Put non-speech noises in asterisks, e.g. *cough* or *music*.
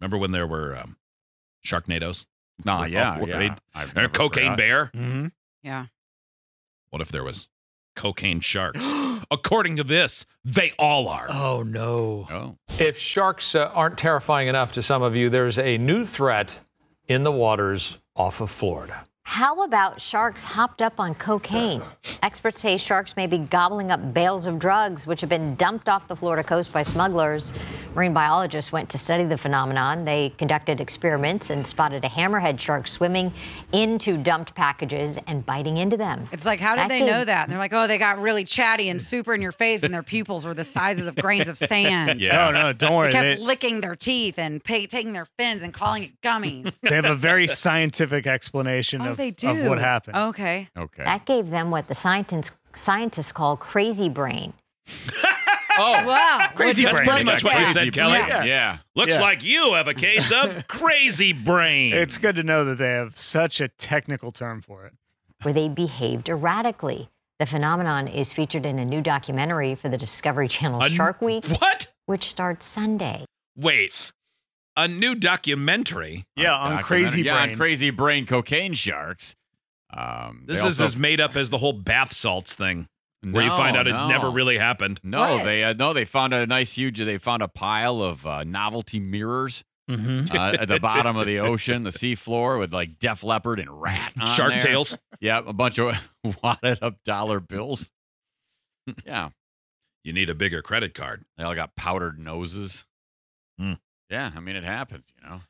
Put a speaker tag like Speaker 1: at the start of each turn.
Speaker 1: Remember when there were um, Sharknadoes?
Speaker 2: Nah,
Speaker 1: We're
Speaker 2: Oh, yeah,
Speaker 1: all
Speaker 2: yeah.
Speaker 1: worried.
Speaker 2: I've
Speaker 1: Or
Speaker 2: never
Speaker 1: Cocaine
Speaker 2: forgot.
Speaker 1: Bear?
Speaker 2: Mhm.
Speaker 3: Yeah.
Speaker 1: What if there was cocaine
Speaker 2: *gasps*
Speaker 1: sharks? According to this, they all are.
Speaker 4: Oh no.
Speaker 2: Oh,
Speaker 5: If sharks uh, aren't terrifying enough to some of you, there's a new threat in the waters off of Florida.
Speaker 6: How about sharks hopped up on cocaine? Experts say sharks may be gobbling up bales of drugs which have been dumped off the Florida coast by smugglers. Marine biologists went to study the phenomenon. They conducted experiments and spotted a hammerhead shark swimming into dumped packages and biting into them.
Speaker 3: It's like, how did
Speaker 6: That
Speaker 3: they
Speaker 6: could-
Speaker 3: know that? And they're like, oh, they got really chatty and super in your face, and their pupils were the sizes of grains of sand.
Speaker 2: yeah.
Speaker 4: Oh no, don't
Speaker 3: They
Speaker 4: worry.
Speaker 3: kept
Speaker 4: They,
Speaker 3: licking their teeth and pay, taking their fins and calling it *laughs* gummies.
Speaker 4: they have a very scientific explanation
Speaker 3: oh,
Speaker 4: of,
Speaker 3: they
Speaker 4: of
Speaker 3: do. Oh.
Speaker 4: what happened.
Speaker 3: Okay.
Speaker 2: Okay.
Speaker 6: That gave them what the scientists scientists call crazy brain.
Speaker 2: Oh,
Speaker 3: Wow.
Speaker 4: Crazy
Speaker 1: That's
Speaker 4: brain.
Speaker 1: pretty much what you
Speaker 3: Yeah.
Speaker 1: said, Kelly.
Speaker 2: Yeah. yeah.
Speaker 1: Looks
Speaker 4: Yeah.
Speaker 1: like you have a case
Speaker 2: *laughs*
Speaker 1: of crazy brain.
Speaker 4: It's good to know that they have such a technical term for it.
Speaker 6: where they behaved erratically. The phenomenon is featured in a new documentary for the Discovery Channel
Speaker 1: A-
Speaker 6: Shark Week,
Speaker 1: What?
Speaker 6: which starts Sunday.
Speaker 1: Wait. A new documentary.
Speaker 4: Yeah, on crazy
Speaker 2: yeah,
Speaker 4: brain.
Speaker 2: on crazy brain cocaine sharks. Um, they
Speaker 1: This is
Speaker 2: also-
Speaker 1: as made up as the whole bath salts thing, where you find
Speaker 2: No,
Speaker 1: out
Speaker 2: no.
Speaker 1: it never really happened.
Speaker 2: No,
Speaker 3: What?
Speaker 2: they uh, no, they found a nice huge. They found a pile of uh, novelty mirrors
Speaker 4: Mhm.
Speaker 1: Mm-hmm.
Speaker 2: uh, at the
Speaker 1: *laughs*
Speaker 2: bottom of the ocean, the seafloor, with like Def Leopard and Rat. On
Speaker 1: Shark
Speaker 2: there.
Speaker 1: tails.
Speaker 2: Yeah, a bunch of *laughs* wadded up dollar bills. Yeah,
Speaker 1: You need a bigger credit card.
Speaker 2: they all got powdered noses.
Speaker 1: Hmm.
Speaker 2: Yeah, I mean it happens, you know.